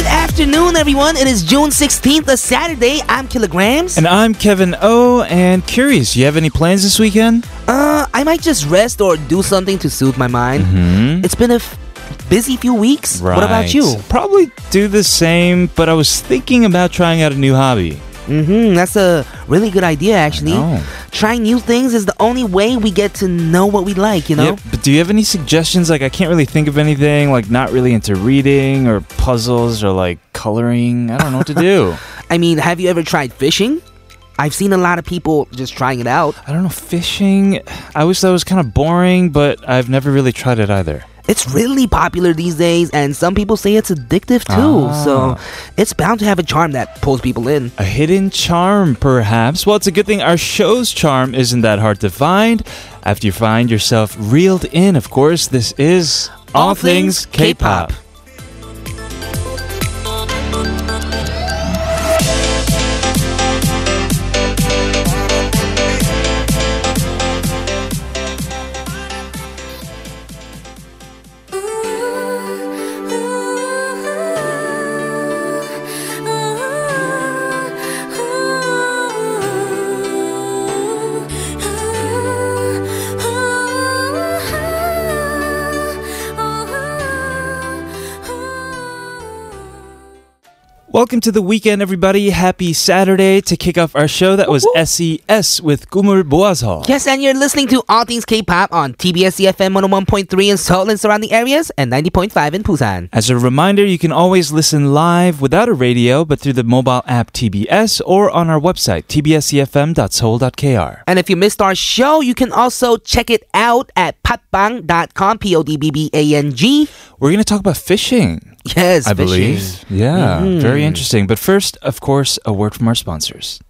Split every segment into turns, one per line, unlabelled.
afternoon, everyone. It is June 16th, a Saturday. I'm Kilograms.
And I'm Kevin O. And curious, you have any plans this weekend?
uh, I might just rest or do something to soothe my mind.
Mm-hmm.
It's been a f- busy few weeks. What about you?
Probably do the same, but I was thinking about trying out a new hobby.
hmm That's a really good idea, actually.
know.
Trying new things is the only way we get to know what we like, you know?
Yep, but do you have any suggestions? Like, I can't really think of anything. Like, not really into reading or puzzles or like coloring. I don't know what to do.
I mean, have you ever tried fishing? I've seen a lot of people just trying it out.
I don't know. Fishing. I wish that was kind of boring, but I've never really tried it either.
It's really popular these days, and some people say it's addictive too.
Ah.
So it's bound to have a charm that pulls people in.
A hidden charm, perhaps. Well, it's a good thing our show's charm isn't that hard to find. After you find yourself reeled in, of course, this is
All Things K-Pop.
Welcome to the weekend, everybody. Happy Saturday. To kick off our show, that was SES with Gumur Boazhal.
Yes, and you're listening to All Things K-pop on TBS EFM 101.3 in Seoul and surrounding areas, and 90.5 in Busan.
As a reminder, you can always listen live without a radio, but through the mobile app TBS or on our website, tbscfm.soul.kr.
And if you missed our show, you can also check it out at patbang.com, P-O-D-B-B-A-N-G.
We're going to talk about fishing,
Yes,
I
fishing.
believe. Yeah, very
Mm-hmm.
interesting. But first, of course, a word from our sponsors.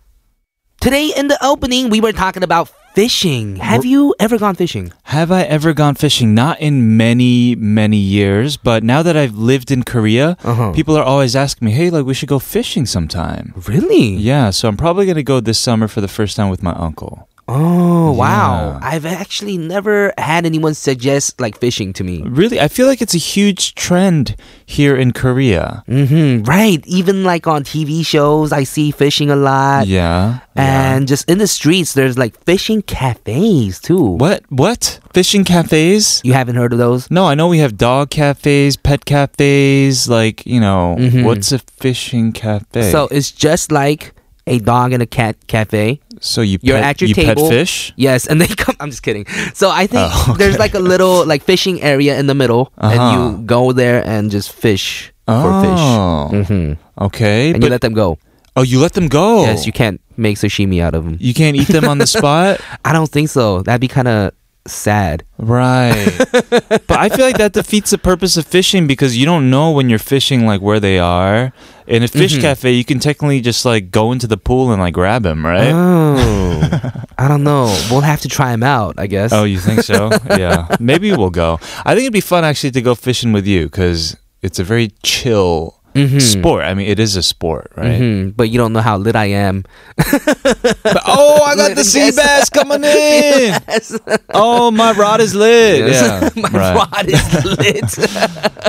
Today in the opening, we were talking about fishing. Have you ever gone fishing?
Have I ever gone fishing? Not in many, many years, but now that I've lived in Korea,
Uh-huh.
people are always asking me, hey, like, we should go fishing sometime.
Really?
Yeah, so I'm probably going to go this summer for the first time with my uncle.
Oh, wow.
Yeah.
I've actually never had anyone suggest like fishing to me.
Really, I feel like it's a huge trend here in Korea.
Mhm. Right. Even like on TV shows, I see fishing a lot.
yeah. yeah.
And just in the streets, there's like fishing cafes too.
what? What? Fishing cafes?
You haven't heard of those?
No, I know we have dog cafes, pet cafes, like, you know, what's a fishing cafe?
Mm-hmm. So it's just like a dog and a cat cafe.
so you
You're
pet,
at your
you
table.
pet fish?
Yes, and they come. I'm just kidding. So I think
Oh, okay.
there's like a little like fishing area in the middle, and you go there and just fish for
Uh-huh. oh.
fish, hmm
Okay.
and you
but,
let them go.
oh, you let them go?
Yes, you can't make sashimi out of them.
You can't eat them on the spot?
I don't think so. That'd be kind of sad.
Right. but I feel like that defeats the purpose of fishing because you don't know when you're fishing like where they are. In a fish
Mm-hmm.
cafe, you can technically just like go into the pool and like grab them, right?
Uh. Oh, I don't know. We'll have to try them out, I guess.
oh, you think so? yeah. Maybe we'll go. I think it'd be fun actually to go fishing with you cuz it's a very chill
Mm-hmm.
sport. I mean, it is a sport, right?
Hmm, but you don't know how lit I am.
But- oh, I
Lit,
got
I
the sea
guess.
bass coming in. Oh, my rod is lit. Yeah.
My
right.
rod is lit.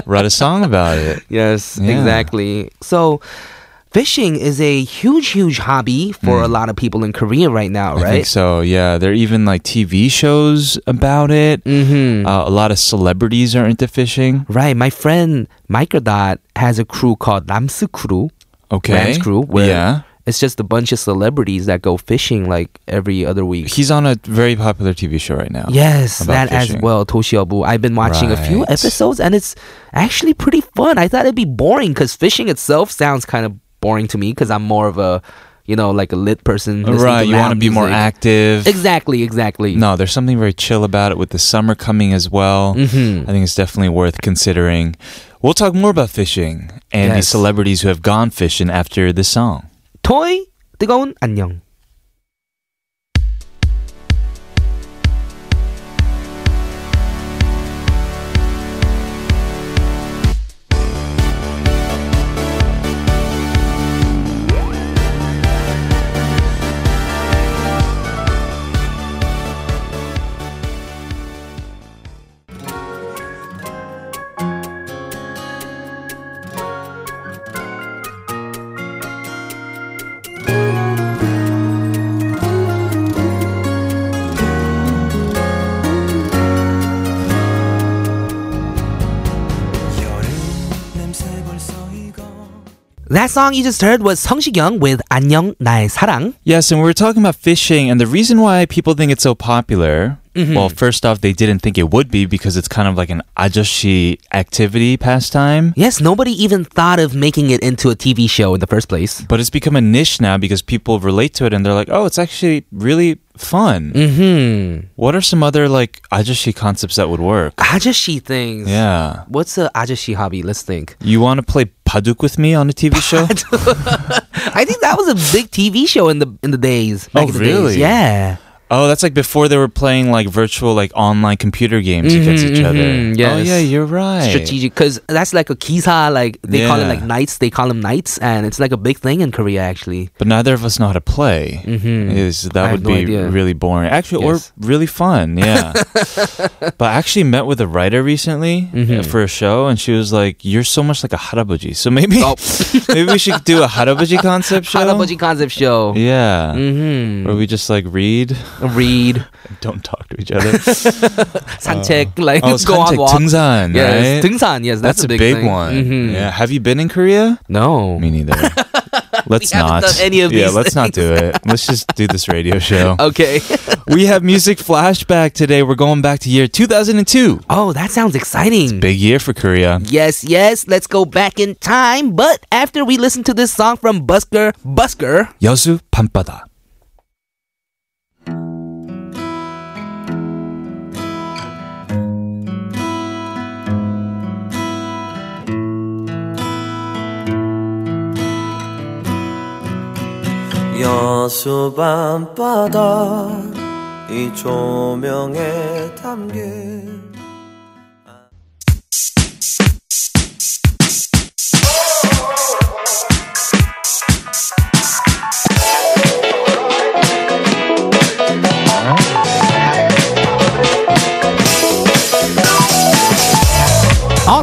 Write a song about it.
yes,
Yeah.
exactly. So, fishing is a huge, huge hobby for a lot of people in Korea right now,
Mm. I
right?
think so. Yeah, there are even like TV shows about it.
Mm-hmm.
Uh, a lot of celebrities are into fishing.
Right. My friend Microdot has a crew called Ramsu Crew.
Okay,
Ram's Crew. Where
yeah,
It's just a bunch of celebrities that go fishing like every other week.
he's on a very popular TV show right now.
Yes,
Oh,
that
about
as
fishing.
well, Toshiobu. I've been watching a few
Right.
episodes and it's actually pretty fun. I thought it'd be boring because fishing itself sounds kind of boring to me because I'm more of a, you know, like a lit person. listening
Uh, right.
to
You
loud
want to be more
music.
active.
Exactly, exactly.
No, there's something very chill about it with the summer coming as well.
Mhm.
I think it's definitely worth considering. We'll talk more about fishing and the
Yes.
celebrities who have gone fishing after this song.
토이 뜨거운 안녕. That song you just heard was Song Young with 안녕 나의 사랑.
Yes, and we were talking about fishing, and the reason why people think it's so popular.
Mm-hmm.
Well, first off, they didn't think it would be because it's kind of like an ajoshi activity pastime.
Yes, nobody even thought of making it into a TV show in the first place.
But it's become a niche now because people relate to it and they're like, oh, it's actually really fun.
Mm-hmm.
What are some other like ajoshi concepts that would work?
Ajashi things.
Yeah.
What's a ajashi hobby? Let's think.
You want to play Paduk with me on a TV show?
I think that was a big TV show in the in the days. Back
Oh,
in the Days.
really?
Yeah.
Oh, that's like before they were playing like virtual, like online computer games against each
mhm,
other. Oh,
yes.
yeah, you're right.
Strategic, because that's like a kisa. Like they call it
Yeah.
like knights. They call them knights, and it's like a big thing in Korea actually.
But neither of us know how to play.
Mhm.
Is that
I have
would
no
be
idea.
really boring? Actually,
Yes.
or really fun? Yeah. but I actually met with a writer recently
Mm-hmm.
uh, for a show, and she was like, "You're so much like a harabuji, so maybe
Oh.
maybe we should do a harabuji concept show."
Hanabuji concept show.
Yeah.
Mm-hmm.
Where we just like read,
Read,
and don't talk to each other.
산책, like
Uh, oh, it's
go on
contact,
walk.
등산,
Yes,
right?
등산. Yes, that's,
That's, a big,
thing.
one.
Mhm.
Yeah. Have you been in Korea?
No.
Me neither. Let's
We haven't
not.
done any of
yeah,
these
let's not do it. Let's just do this radio show.
Okay.
we have music flashback today. We're going back to year 2002.
oh, that sounds exciting.
Big year for Korea.
Yes, yes, let's go back in time. But after we listen to this song from Busker, Busker,
여수 밤바다.
여수 밤바다 이 조명에 담긴
all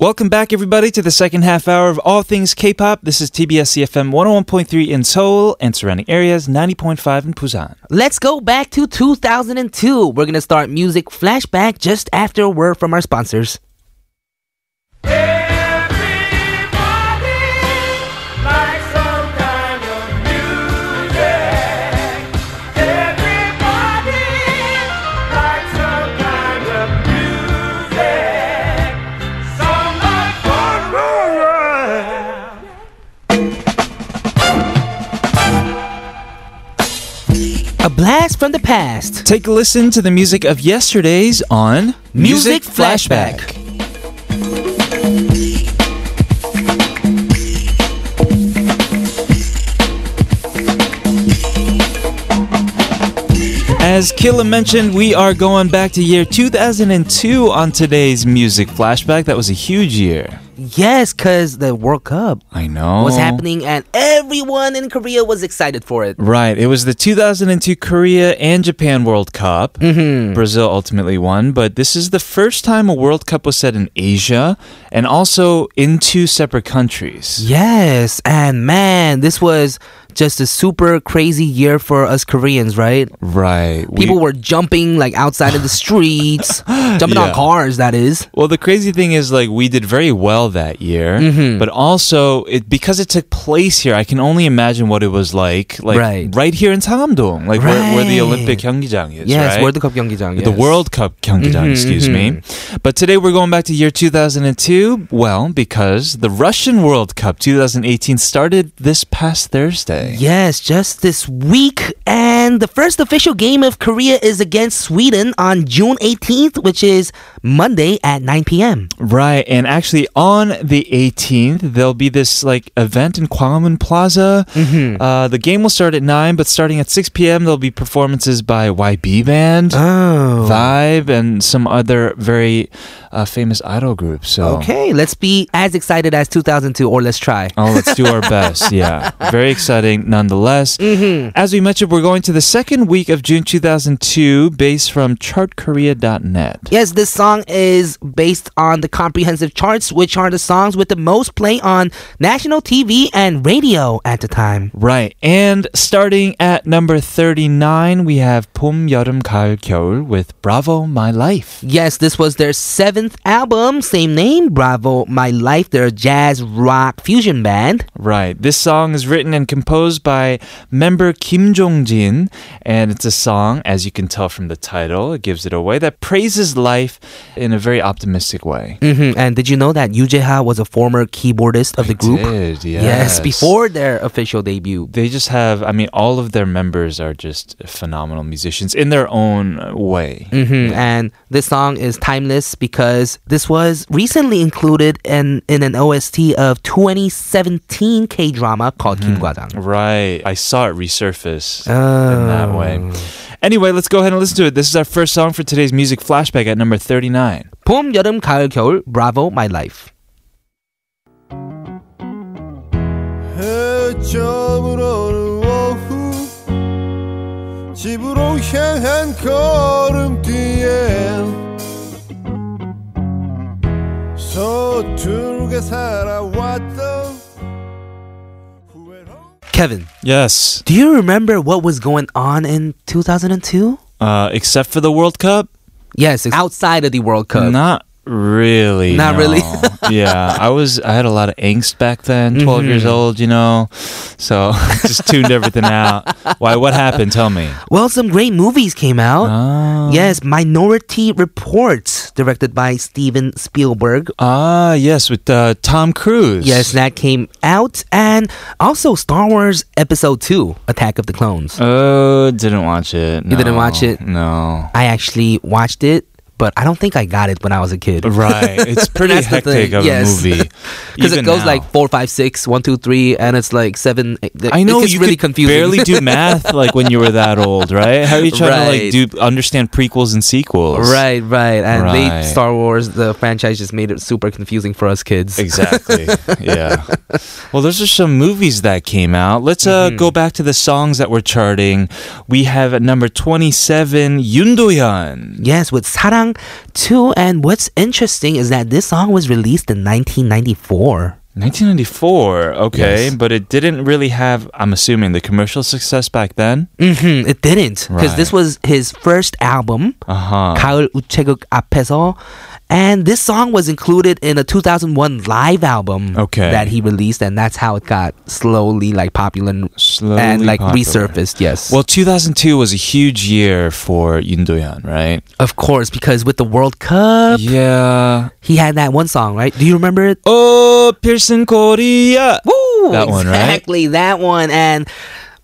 Welcome back, everybody, to the second half hour of All Things K-Pop. This is TBS CFM 101.3 in Seoul and surrounding areas, 90.5 in Busan.
Let's go back to 2002. We're gonna start music flashback just after a word from our sponsors. A blast from the past.
Take a listen to the music of yesterday's on
Music Flashback.
As Killa mentioned, we are going back to year 2002 on today's Music Flashback. That was a huge year.
Yes, cause the World Cup
I know.
was happening and everyone in Korea was excited for it.
Right. It was the 2002 Korea and Japan World Cup. Mm-hmm. Brazil ultimately won, but this is the first time a World Cup was set in Asia and also in two separate countries.
Yes, and man, this was just a super crazy year for us Koreans, right?
Right. We-
People were jumping like outside of the streets, jumping on
Yeah.
cars. That is.
Well, the crazy thing is, like, we did very well that year,
Mm-hmm.
but also it because it took place here. I can only imagine what it was like, like
Right.
here in Samdong, like where, where the Olympic
Right.
Gyeonggijang is.
yes,
right?
World Cup 경기장.
the
yes. Mm-hmm,
World Cup Gyeonggijang, excuse me. But today we're going back to year 2002. Well, because the Russian World Cup 2018 started this past Thursday.
Yes, just this week, and the first official game of Korea is against Sweden on June 18th, which is Monday at 9 p.m.
Right, and actually on the 18th there'll be this like event in Kwangmun Plaza.
Mm-hmm.
Uh, the game will start at nine, but starting at 6 p.m. there'll be performances by YB Band,
Oh.
Vibe, and some other very uh, famous idol groups. So.
Okay, let's be as excited as 2002, or let's try. Mm-hmm.
Oh, let's do our best. Yeah. Very exciting nonetheless. As we mentioned, we're going to the second week of June 2002, based from chartkorea.net.
Yes, this song is based on the comprehensive charts, which are the songs with the most play on national TV and radio at the time.
Right. And starting at number 39, we have 봄, 여름, 가을, 겨울 with Bravo My Life.
Yes, this was their seventh album, same name, Bravo My Life. They're a jazz rock fusion band.
Right. This song is written and composed by member Kim Jong-jin and it's a song as you can tell from the title, it gives it away that praises life in a very optimistic way.
hmm And did you know that Yoo Jae-ha was a former keyboardist of the group?
Did,
Yes, before their official debut.
they just have i mean all of their members are just phenomenal musicians in their own way
hmm And this song is timeless because this was recently included in, in an OST of 2017 K drama called Kim Gwadang.
right i saw it resurface in that way
Ah.
anyway let's go ahead and listen to it this is our first song for today's music flashback at number 39
봄, 여름, 가을, 겨울, Bravo, My Life.
해점 오는 오후 집으로 향한 걸음뒤에 서투르게 살아왔던 후회로
Kevin,
yes
do you remember what was going on in 2002?
uh, except for the world cup
Yes, it's outside of the World Cup.
not really
Not
no.
really.
yeah i was i had a lot of angst back then 12
Mm-hmm.
years old you know so just tuned everything out why what happened tell me
Well, some great movies came out.
Ah.
Yes, Minority Report, directed by Steven Spielberg.
Ah, yes, with uh, Tom Cruise.
Yes, that came out, and also Star Wars Episode 2, Attack of the Clones.
Oh, didn't watch it.
You didn't
No,
watch it?
No.
I actually watched it, but I don't think I got it when I was a kid.
Right. It's pretty
That's the
hectic
thing,
of
yes.
a movie.
Because it
even
goes
now.
like four, five, six, one, two, three, and it's like 7. eight. It,
I know
it gets
you
really
could
confusing.
barely do math like when you were that old, right? How are you trying
Right.
to like do understand prequels and sequels?
Right, right. And they
Right.
Star Wars, the franchise just made it super confusing for us kids.
Exactly. yeah. Well, those are some movies that came out. Let's uh,
Mm-hmm.
go back to the songs that we're charting. We have at number 27 Yoon Do-hyun.
Yes, with Sarang 2. And what's interesting is that this song was released in 1994.
1994. Okay,
Yes.
but it didn't really have. I'm assuming the commercial success back then.
hmm it didn't. Because
Right.
this was his first album,
Uh huh.
가을 우체국 앞에서. And this song was included in a 2001 live album
Okay.
that he released, and that's how it got slowly like popular and-
Slowly
and like
popular.
resurfaced. Yes,
Well, 2002 was a huge year for Yoon Do-hyun, right?
of course, because with the World
Uh,
Cup,
Yeah.
he had that one song, right? Do you remember it?
Oh, Pearson Korea.
Woo!
That one, right?
Exactly that one, and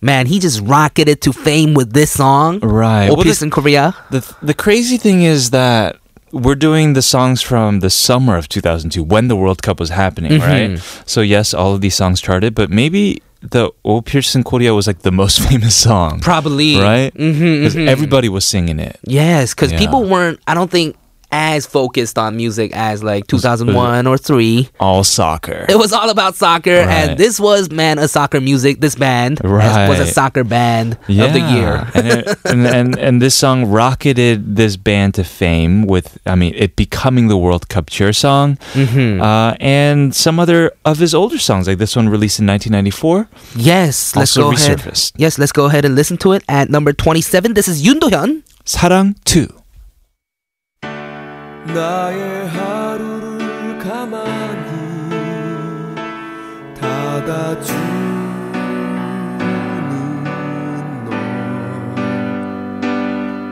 man, he just rocketed to fame with this song.
Right.
Oh,
Well,
Peace in
the,
Korea.
the the crazy thing is that we're doing the songs from the summer of 2002 when the World Cup was happening, right? So yes, all of these songs charted, but maybe the Oh Pearson Korea was like the most famous song.
Probably
right? Because everybody was singing it.
Yes, because
Yeah.
people weren't. I don't think as focused on music as like 2001 or three.
All soccer.
It was all about soccer, and
Right.
this was man a soccer music. This band
Right.
was a soccer band of the year.
and, it, and, and and this song rocketed this band to fame with, I mean, it becoming the World Cup cheer song,
Mm-hmm.
uh, and some other of his older songs, like this one released in 1994,
Yes, let's
also
go ahead.
resurfaced.
Yes, let's go ahead and listen to it at number 27. This is Yoon Do-hyun.
사랑 2.
나의 하루를 가만히 닫아주는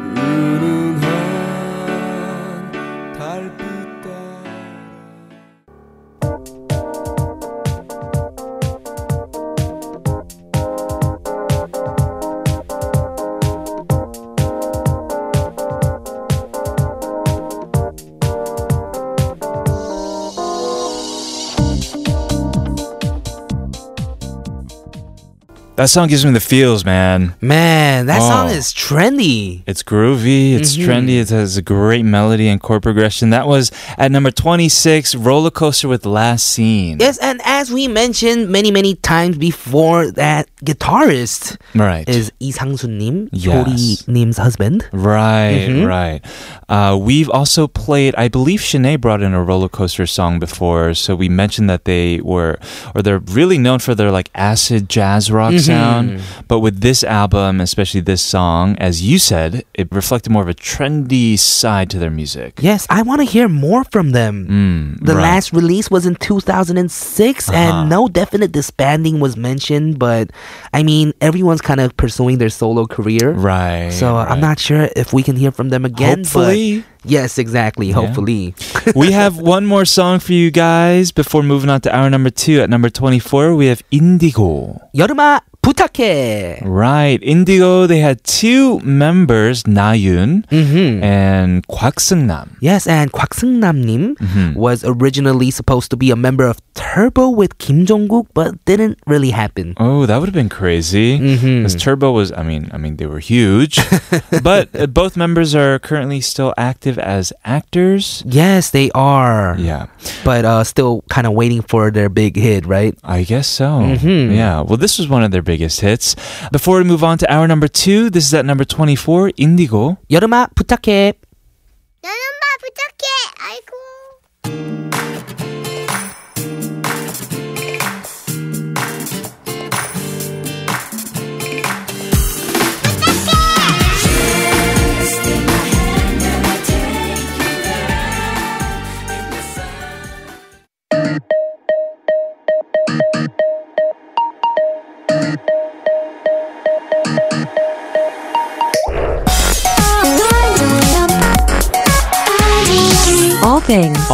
너 은은한 달빛 따라
That song gives me the feels, man.
Man, that song
Oh.
is trendy.
It's groovy, it's
Mm-hmm.
trendy, it has a great melody and chord progression. That was at number 26, Roller Coaster with Last Scene.
Yes, and as we mentioned many, many times before, that guitarist
Right.
is 이상수님,
Yes.
조리님's husband.
Right,
Mhm.
right. Uh, we've also played. I believe Shanae brought in a roller coaster song before, so we mentioned that they were, or they're really known for their like acid jazz rock
Mm-hmm.
sound. But with this album, especially this song, as you said, it reflected more of a trendy side to their music.
Yes, I want to hear more from them.
Mm,
The
right. Uh-huh.
last release was in 2006, and no definite disbanding was mentioned. But I mean, everyone's kind of pursuing their solo career.
Right.
So uh, I'm not
right.
sure if we can hear from them again.
Hopefully.
But yes, exactly. Hopefully.
we have one more song for you guys before moving on to hour number two. At number 24, we have Indigo.
여름아 부탁해.
Right. Indigo, they had two members, Nayun
hmm
and Kwak Seung-nam.
Yes, and 곽승남님
Mhm.
was originally supposed to be a member of Turbo with Kim Jong-guk, but didn't really happen.
Oh, that would have been crazy.
Mhm.
Because Turbo was, I mean, I mean, they were huge, but uh, both members are currently still active as actors.
Yes, they are.
Yeah,
But uh, still kind of waiting for their big hit, right?
I guess so.
Mhm.
Yeah. Well, this was one of their biggest hits. Before we move on to hour number two, this is at number twenty-four, Indigo.
여름아 부탁해.
나는 마 부탁해. 아이고.
All things.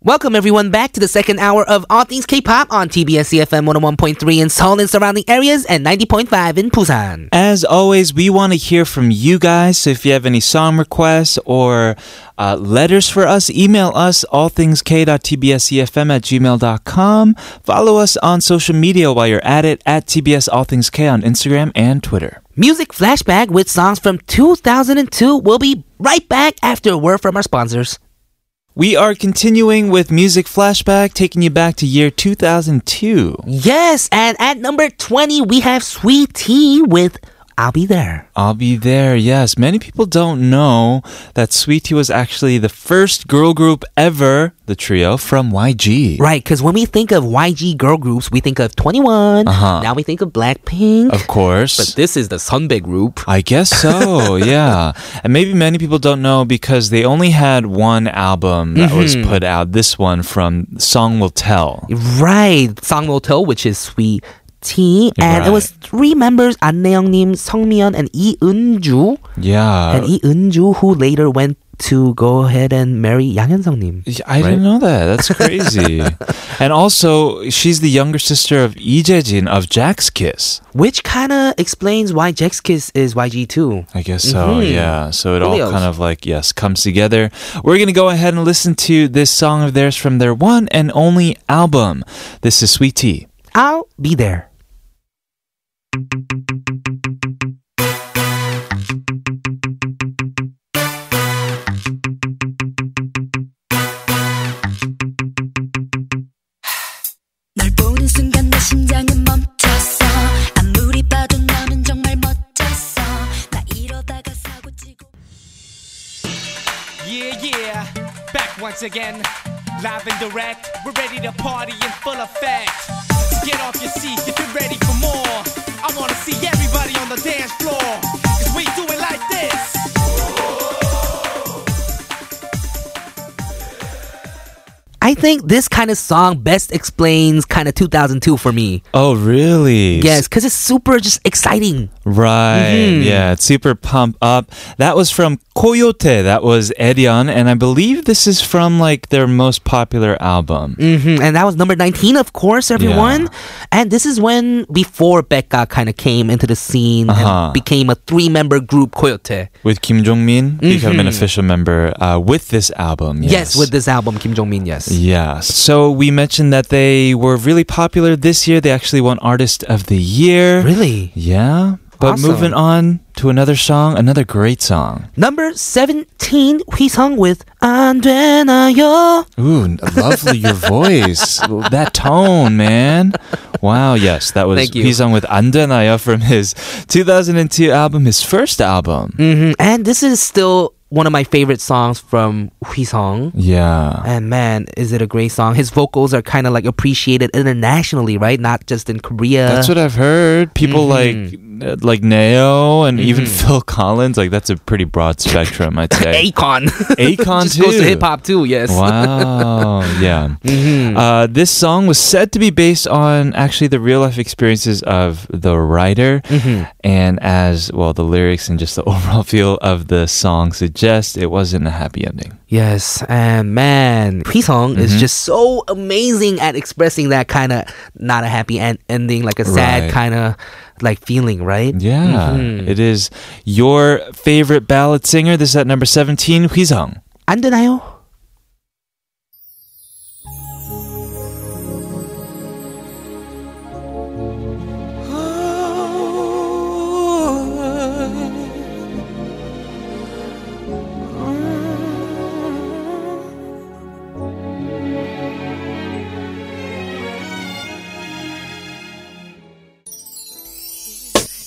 Welcome everyone back to the second hour of All Things K-pop on TBS CFM 101.3 in Seoul and surrounding areas and 90.5 in Busan.
As always, we want to hear from you guys. So if you have any song requests or uh, letters for us, email us allthingsk.tbscfm E at gmail.com. Follow us on social media while you're at it at TBS All Things K on Instagram and Twitter.
Music flashback with songs from 2002 will be right back after a word from our sponsors.
We are continuing with Music Flashback, taking you back to year 2002.
Yes, and at number 20 we have Sweet Tea with I'll Be There.
I'll be there. Yes, many people don't know that Sweetie was actually the first girl group ever, the trio from YG.
Right, because when we think of YG girl groups, we think of 21.
Uh-huh.
Now we think of Blackpink.
Of course.
But this is the Sunbae group.
I guess so, yeah. And maybe many people don't know because they only had one album that was
Mm-hmm.
put out, this one from Song Will Tell.
Right, Song Will Tell, which is Sweet Tea, and it was three members: An Naeung-nim, Song Mion, and Lee Eun-ju.
Yeah.
and Lee Eun-ju, who later went to go ahead and marry Yang Hyun-sung-nim.
I didn't know that. That's crazy. and also, she's the younger sister of Lee Jae-jin of Jack's Kiss.
Which kind of explains why Jack's Kiss is YG2.
I guess so,
Mhm.
yeah. So it all
Leos.
kind of like, yes, comes together. We're going to go ahead and listen to this song of theirs from their one and only album. This is Sweet Tea.
I'll be there.
널 보는 순간 내 심장은 멈췄어 아무리 봐도 너는 정말 멋졌어 나 이러다가 사고 치고
Yeah, yeah, back once again. Live and direct, we're ready to party in full effect. Get off your seat if you're ready for more. I wanna see everybody on the dance floor. Cause we do it like this.
I think this kind of song best explains kind of 2002 for me.
Oh, really?
Yes, because it's super just exciting.
Right. Yeah, it's super pump up. That was from Coyote. That was Edion, and I believe this is from like their most popular album.
hmm And that was number 19, of course, everyone. And this is when, before Becca kind of came into the scene
Uh-huh.
and became a three member group, Coyote.
With Kim Jong Min become an official member uh, with this album.
Yes.
Yes,
with this album, Kim Jong Min, yes.
Yeah. So we mentioned that they were really popular this year. They actually won Artist of the Year.
Really?
Yeah. But
Awesome.
moving on to another song, another great song.
Number 17, Hui-sung with 안 되나요?
Ooh, lovely your voice. that tone, man. Wow, yes, that was
Thank you.
Hee Sung with 안 되나요 from his 2002 album, his first album.
Mhm. And this is still one of my favorite songs from Hui-sung.
Yeah.
And man, is it a great song. His vocals are kind of like appreciated internationally, right? Not just in Korea.
That's what I've heard. People
Mm-hmm.
like uh, like Neo and even Phil Collins, like that's a pretty broad spectrum, I'd say.
Akon.
Akon
Just goes to
too.
hip hop too, yes.
Wow. yeah. Uh, this song was said to be based on actually the real life experiences of the writer. And as well, the lyrics and just the overall feel of the song suggest it wasn't a happy ending.
Yes, and man, Hui-sung is just so amazing at expressing that kind of not a happy en- ending, like a sad
Right.
kind of like feeling, right?
Yeah. It is your favorite ballad singer. This is at number 17, Huizong.
안 되나요?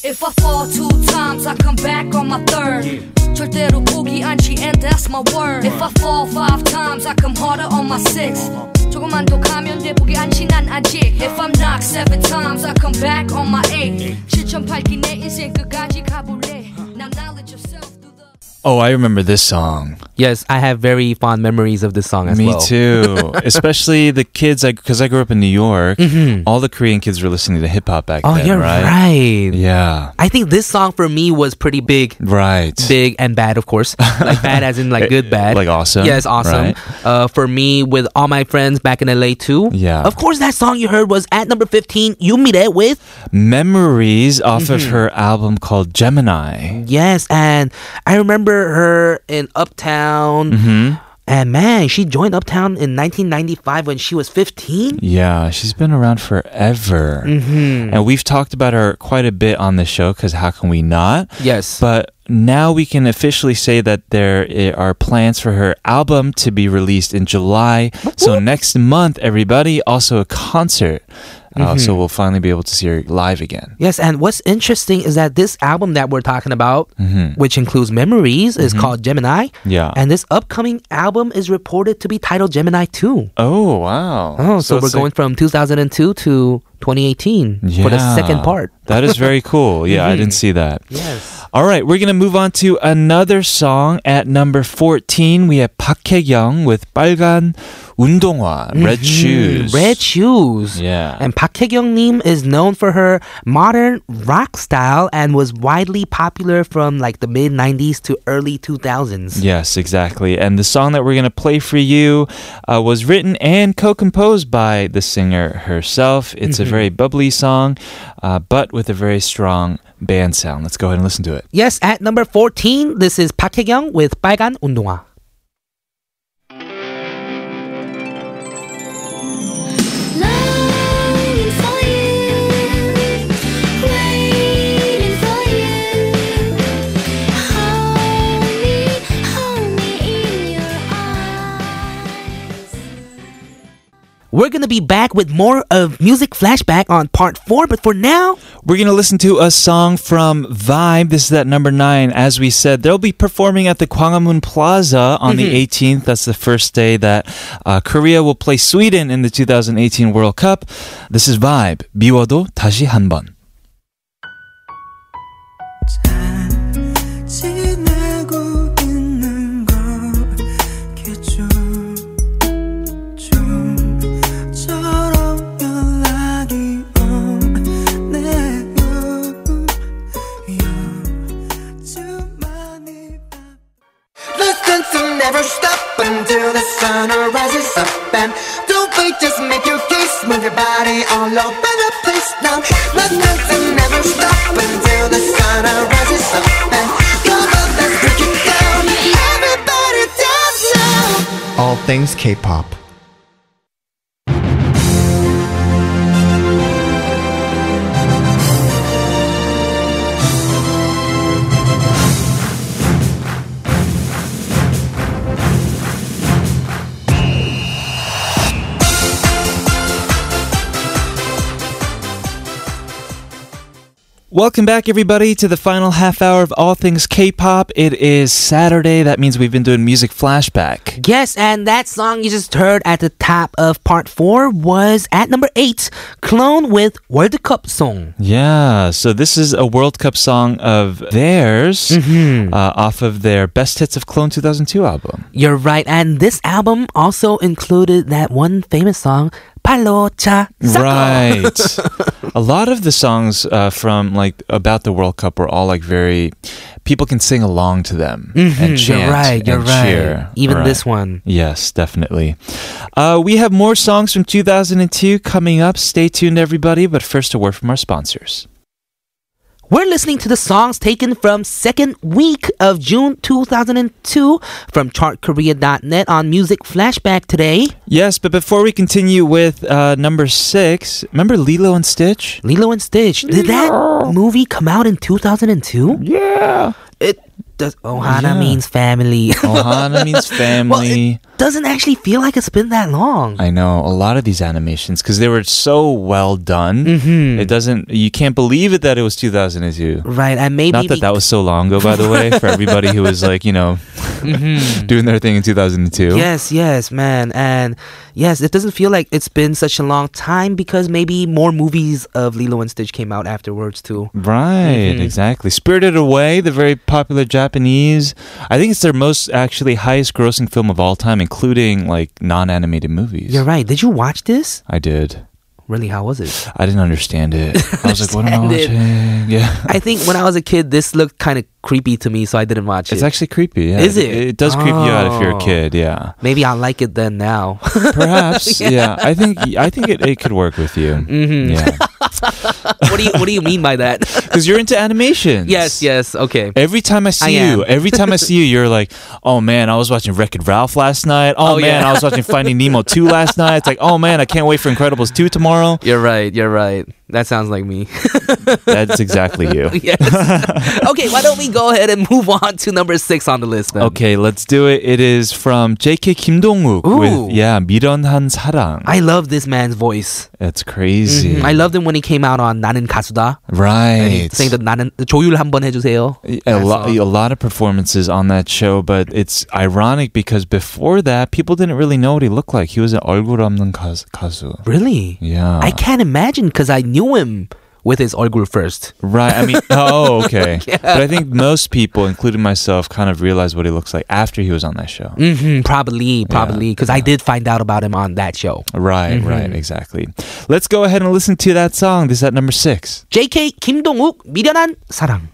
If I fall two times, I come back on my third. 절대로 포기한지, and that's my word. If I fall five times, I come harder on my sixth. 조금만 더 가면 돼, 포기한지 난 아직. If I'm knocked seven times, I come back on my eighth. 실천 팔기 내 인생 끝까지 가볼래. Now knowledge yourself through the.
Oh, I remember this song.
Yes, I have very fond memories of this song as
Me
well.
too. Especially the kids, because I grew up in New York. All the Korean kids were listening to hip hop back
Oh,
then,
you're
Mm-hmm. right?
right.
Yeah.
I think this song for me was pretty big.
Right.
Big and bad, of course. Like bad as in like good bad.
Like awesome,
Yes, awesome.
right?
Uh, for me, with all my friends back in LA too.
Yeah.
Of course, that song you heard was at number 15, Yumire with
Memories off of her album called Gemini.
Yes, and I remember her in Uptown.
Mm-hmm.
And man, she joined Uptown in 1995 when she was 15.
Yeah, she's been around forever. Mm-hmm. And we've talked about her quite a bit on the show because how can we not?
Yes.
But now we can officially say that there i- are plans for her album to be released in July. So next month, everybody, also a concert. Uh, so we'll finally be able to see her live again.
Yes, and what's interesting is that this album that we're talking about, which includes Memories, is called Gemini.
Mm-hmm. Yeah.
And this upcoming album is reported to be titled Gemini 2.
Oh, wow.
Oh, so, we're
it's like-
going from 2002 to 2018 for the second
Yeah.
part.
that is very cool. Mm-hmm. Yeah, I didn't see that.
Yes.
All right, we're going to move on to another song at number 14. We have Park Hye-young with 빨간 운동화, red shoes.
Mm-hmm. Red Shoes.
Yeah.
And Park Hye-kyung Nim is known for her modern rock style and was widely popular from like the mid 90s to early 2000s.
Yes, exactly. And the song that we're going to play for you uh, was written and co composed by the singer herself. It's
Mm-hmm.
a very bubbly song, uh, but with a very strong band sound. Let's go ahead and listen to it.
Yes, at number 14, this is Park Hye-kyung with 빨간 운동화.
Waiting for you, waiting for you. Hold me, hold me in your arms.
We're going to be back with more of Music Flashback on part 4, but for now,
We're going to listen to a song from Vibe. This is at number nine. As we said, they'll be performing at the Gwanghwamun Plaza on the 18th. That's the first day that uh, Korea will play Sweden in the 2018 World Cup. This is Vibe. 미워도 다시 한 번.
지내고 있는 거겠죠 좀처럼 연락이 오네요 요즘 많이 바
The sun will never stop until the sun rises up and don't wait, just make your case, move your body all over the place now. The sun will never stop until the sun rises up and come on, let's break it down. Everybody dance now. All things K-pop.
Welcome back, everybody, to the final half hour of All Things K-pop. It is Saturday. That means we've been doing music flashback.
Yes, and that song you just heard at the top of part four was at number eight, Clone with World Cup Song.
Yeah. So this is a World Cup song of theirs, uh, off of their Best Hits of Clone 2002 album.
You're right, and this album also included that one famous song, Palo Cha Saco.
Right. a lot of the songs uh, from like about the World Cup were all like very people can sing along to them and
Mm-hmm. You're
chant
right, you're
and
right.
cheer.
Even
Right.
this one.
Yes, definitely. Uh, we have more songs from 2002 coming up. Stay tuned, everybody. But first, a word from our sponsors.
We're listening to the songs taken from second week of June 2002 from chartkorea.net on Music Flashback today.
Yes, but before we continue with uh, number six, remember Lilo and Stitch?
Lilo and Stitch. Did that movie come out in 2002? Yeah. It does. Ohana
Yeah.
means family.
Ohana means
well,
family.
it doesn't actually feel like it's been that long.
I know a lot of these animations because they were so well done. Mm-hmm. It doesn't, you can't believe it that it was 2002.
right, and maybe
Not that that was so long ago, by the way, for everybody who was like, you know,
Mm-hmm.
doing their thing in 2002.
Yes, yes, man. And yes, it doesn't feel like it's been such a long time because maybe more movies of Lilo and Stitch came out afterwards too.
Right,
Mm-hmm.
exactly. Spirited Away, the very popular Japanese. I think it's their most actually highest grossing film of all time, including like non animated movies.
You're right. Did you watch this?
I did.
Really, how was it?
I didn't understand it. I was like, what am I watching? Yeah.
I think when I was a kid, this looked kind of creepy to me, so I didn't watch it.
It's actually creepy. Yeah.
Is
It,
it?
does creep you out if you're
Oh.
a kid. Yeah,
maybe I'll like it then now.
perhaps. yeah. I think I think it, it could work with you. Mm-hmm. Yeah,
what do you What do you mean by that?
because you're into animation.
yes, yes. Okay.
Every time I see
I
you,
am.
every time I see you, you're like, oh man, I was watching Wreck It Ralph last night. Oh,
Oh,
man,
yeah.
I was watching Finding Nemo 2 last night. It's like, oh man, I can't wait for Incredibles 2 tomorrow.
You're right. You're right. That sounds like me.
That's exactly you.
yes. okay. Why don't we go ahead and move on to number six on the list? Then?
Okay, let's do it. It is from JK Kim Dong Wook
Ooh.
with, yeah, 미련한 사랑.
I love this man's voice.
That's crazy.
I loved him when he came out on 나는 가수다. And he
Right.
sang the 나는 조율 한번 해주세요.
A
That
lot,
song.
a lot of performances on that show, but it's ironic because before that, people didn't really know what he looked like. He was an 얼굴 없는 가수- 가수.
Really?
Yeah.
I can't imagine because I knew him with his 얼굴 first.
Right. I mean, oh, okay. But I think most people, including myself, kind of realized what he looks like after he was on that show.
hmm probably, probably because I did find out about him on that show.
Right, right, exactly. Let's go ahead and listen to that song. This is at number six.
J.K. 김동욱 미련한 사랑.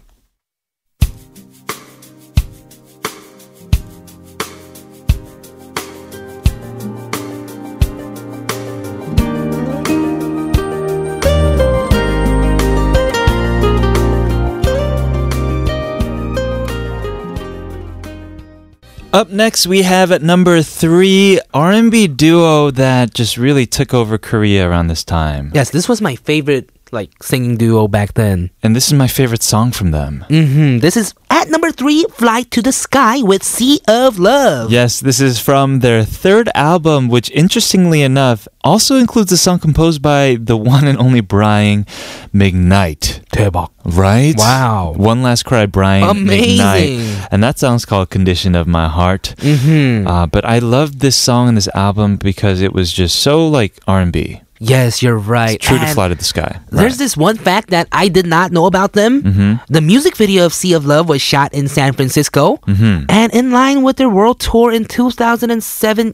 Up next, we have at number three R&B duo that just really took over Korea around this time,
Yes, this was my favorite like singing duo back then.
and this is my favorite song from them.
hmm This is at number three, "Fly to the Sky" with "Sea of Love."
Yes, this is from their third album, which interestingly enough also includes a song composed by the one and only Brian McKnight.
대박.
Right?
Wow.
One Last Cry, Brian.
Amazing.
McKnight. And that song's called Condition of My Heart. Mm-hmm. Uh, but I loved this song and this album because it was just so like R&B.
Yes, you're right.
It's true to
And
fly to the sky. Mm-hmm.
There's
Right.
this one fact that I did not know about them. The music video of Sea of Love was shot in San Francisco
Mm-hmm.
and in line with their world tour in 2007,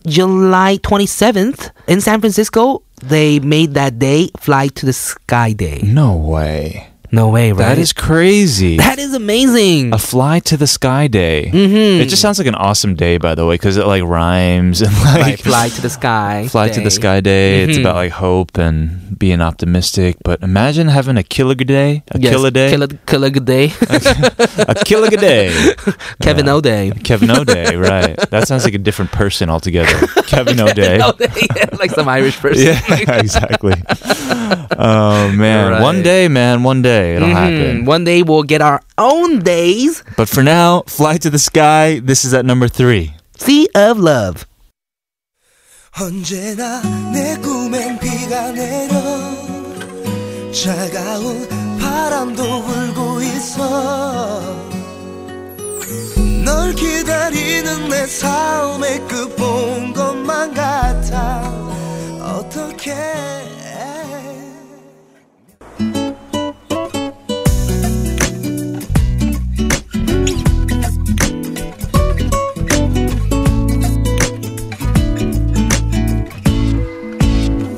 July 27th in San Francisco. They made that day Fly to the Sky Day.
No way.
No way, right?
That is crazy.
that is amazing.
a fly to the sky day. Mm-hmm. It just sounds like an awesome day, by the way, because it like rhymes and
Right,
like
fly to the sky. Mm-hmm.
Fly to the
day.
Sky Day. It's about like hope and being optimistic. But imagine having a killer day, a
Yes,
killer day,
Killer, killer good day.
a killer day.
Kevin O'Day.
Kevin O'Day, right? That sounds like a different person altogether. Kevin O'Day.
yeah, like some Irish person.
Yeah, exactly. Oh man,
Right.
one day, man, one day it'll
Hmm,
happen.
One day we'll get our own days.
But for now, fly to the sky. This is at number three.
Sea of Love.
언제나 내 꿈엔 비가 내려
차가운 바람도 불고 있어 널 기다리는 내 삶의 끝본 것만 같아 어떻게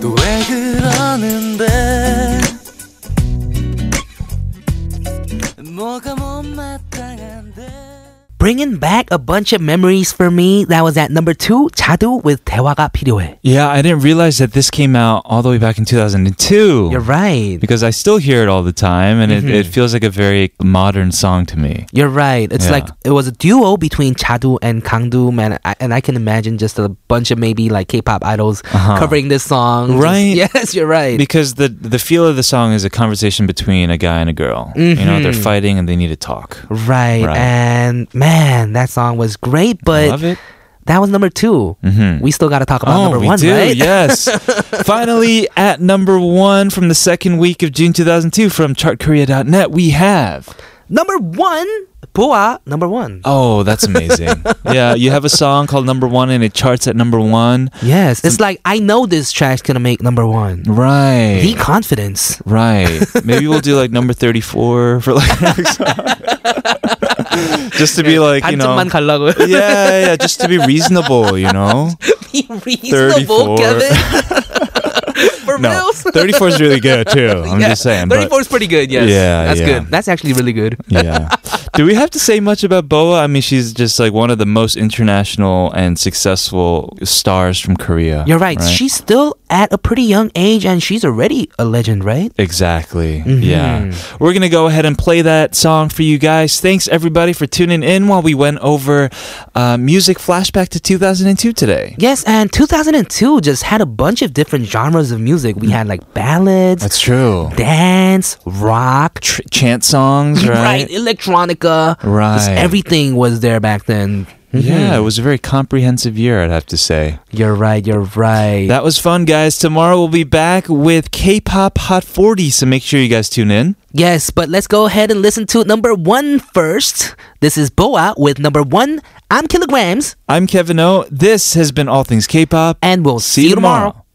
또 왜 그러는데 뭐가 못마땅한데
Bringing back a bunch of memories for me. That was at number two, Jadu with 대화가 필요해.
Yeah, I didn't realize that this came out all the way back in 2002.
You're Mm-hmm. right.
Because I still hear it all the time, and it, it feels like a very modern song to me.
You're right. It's
Yeah.
like it was a duo between Chadu and Kangdu, and I, and I can imagine just a bunch of maybe like K-pop idols covering this song. Just-
Uh-huh. Right.
yes, you're right.
Because the the feel of the song is a conversation between a guy and a girl. You know, they're
Mm-hmm.
fighting and they need to talk.
right.
Right.
And man, that song was great, but
Love it. Mm-hmm. Oh,
that was number 2 We still got to talk about number
we
one,
do.
right?
Yes. Finally, at number one from the second week of June 2002 from ChartKorea.net, we have.
Number one, Boa. Number one.
Oh, that's amazing. yeah, you have a song called Number One and it charts at number one.
Yes, it's like I know this track's gonna make number one.
Right.
The confidence.
Right. Maybe we'll do like number 34 for like next song. Just to be like, you know.
반쯤만 가려고.
Yeah, yeah, yeah, just to be reasonable, you know?
Be reasonable,
34.
Kevin. For
No,
reals?
34 is really good too. I'm just saying. but-
34 is pretty good, yes.
Yeah,
That's
yeah.
good. That's actually really good.
yeah. Do we have to say much about Boa? I mean, she's just like one of the most international and successful stars from Korea.
You're right. She's still at a pretty young age and she's already a legend, right?
Exactly. Yeah. We're going to go ahead and play that song for you guys. Thanks, everybody, for tuning in while we went over uh, music flashback to 2002 today.
Yes, and 2002 just had a bunch of different genres of music. We had like ballads,
Mm. true.
dance, rock,
Tr- chant songs,
right,
right?
electronica. Just
Right.
everything was there back then. Mm-hmm.
Yeah, it was a very comprehensive year, I'd have to say.
You're right, you're right.
That was fun, guys. Tomorrow we'll be back with K pop Hot 40, so make sure you guys tune in.
yes, but let's go ahead and listen to number one first. This is Boa with number one. I'm Kilograms,
I'm Kevin O. This has been All Things K pop.
and we'll see, you tomorrow.
네